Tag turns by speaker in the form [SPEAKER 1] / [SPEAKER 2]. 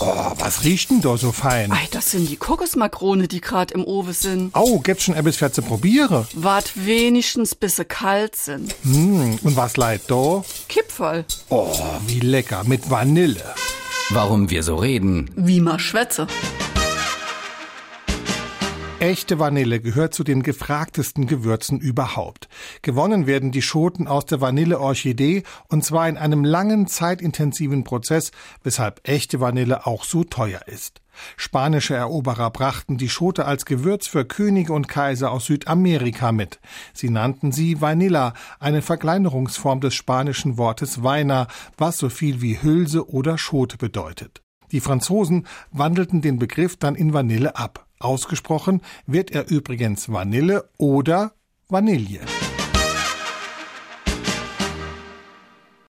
[SPEAKER 1] Oh, was riecht denn da so fein?
[SPEAKER 2] Ei, das sind die Kokosmakrone, die grad im Ofen sind.
[SPEAKER 1] Au, gibt's schon etwas für zu probieren?
[SPEAKER 2] Wart wenigstens bis sie kalt sind.
[SPEAKER 1] Hm, und was leid da?
[SPEAKER 2] Kipferl,
[SPEAKER 1] Oh, wie lecker, mit Vanille.
[SPEAKER 3] Warum wir so reden.
[SPEAKER 2] wie man schwätze.
[SPEAKER 1] Echte Vanille gehört zu den gefragtesten Gewürzen überhaupt. Gewonnen werden die Schoten aus der Vanilleorchidee und zwar in einem langen, zeitintensiven Prozess, weshalb echte Vanille auch so teuer ist. Spanische Eroberer brachten die Schote als Gewürz für Könige und Kaiser aus Südamerika mit. Sie nannten sie Vanilla, eine Verkleinerungsform des spanischen Wortes Weiner, was so viel wie Hülse oder Schote bedeutet. Die Franzosen wandelten den Begriff dann in Vanille ab. Ausgesprochen wird er übrigens Vanille oder Vanille.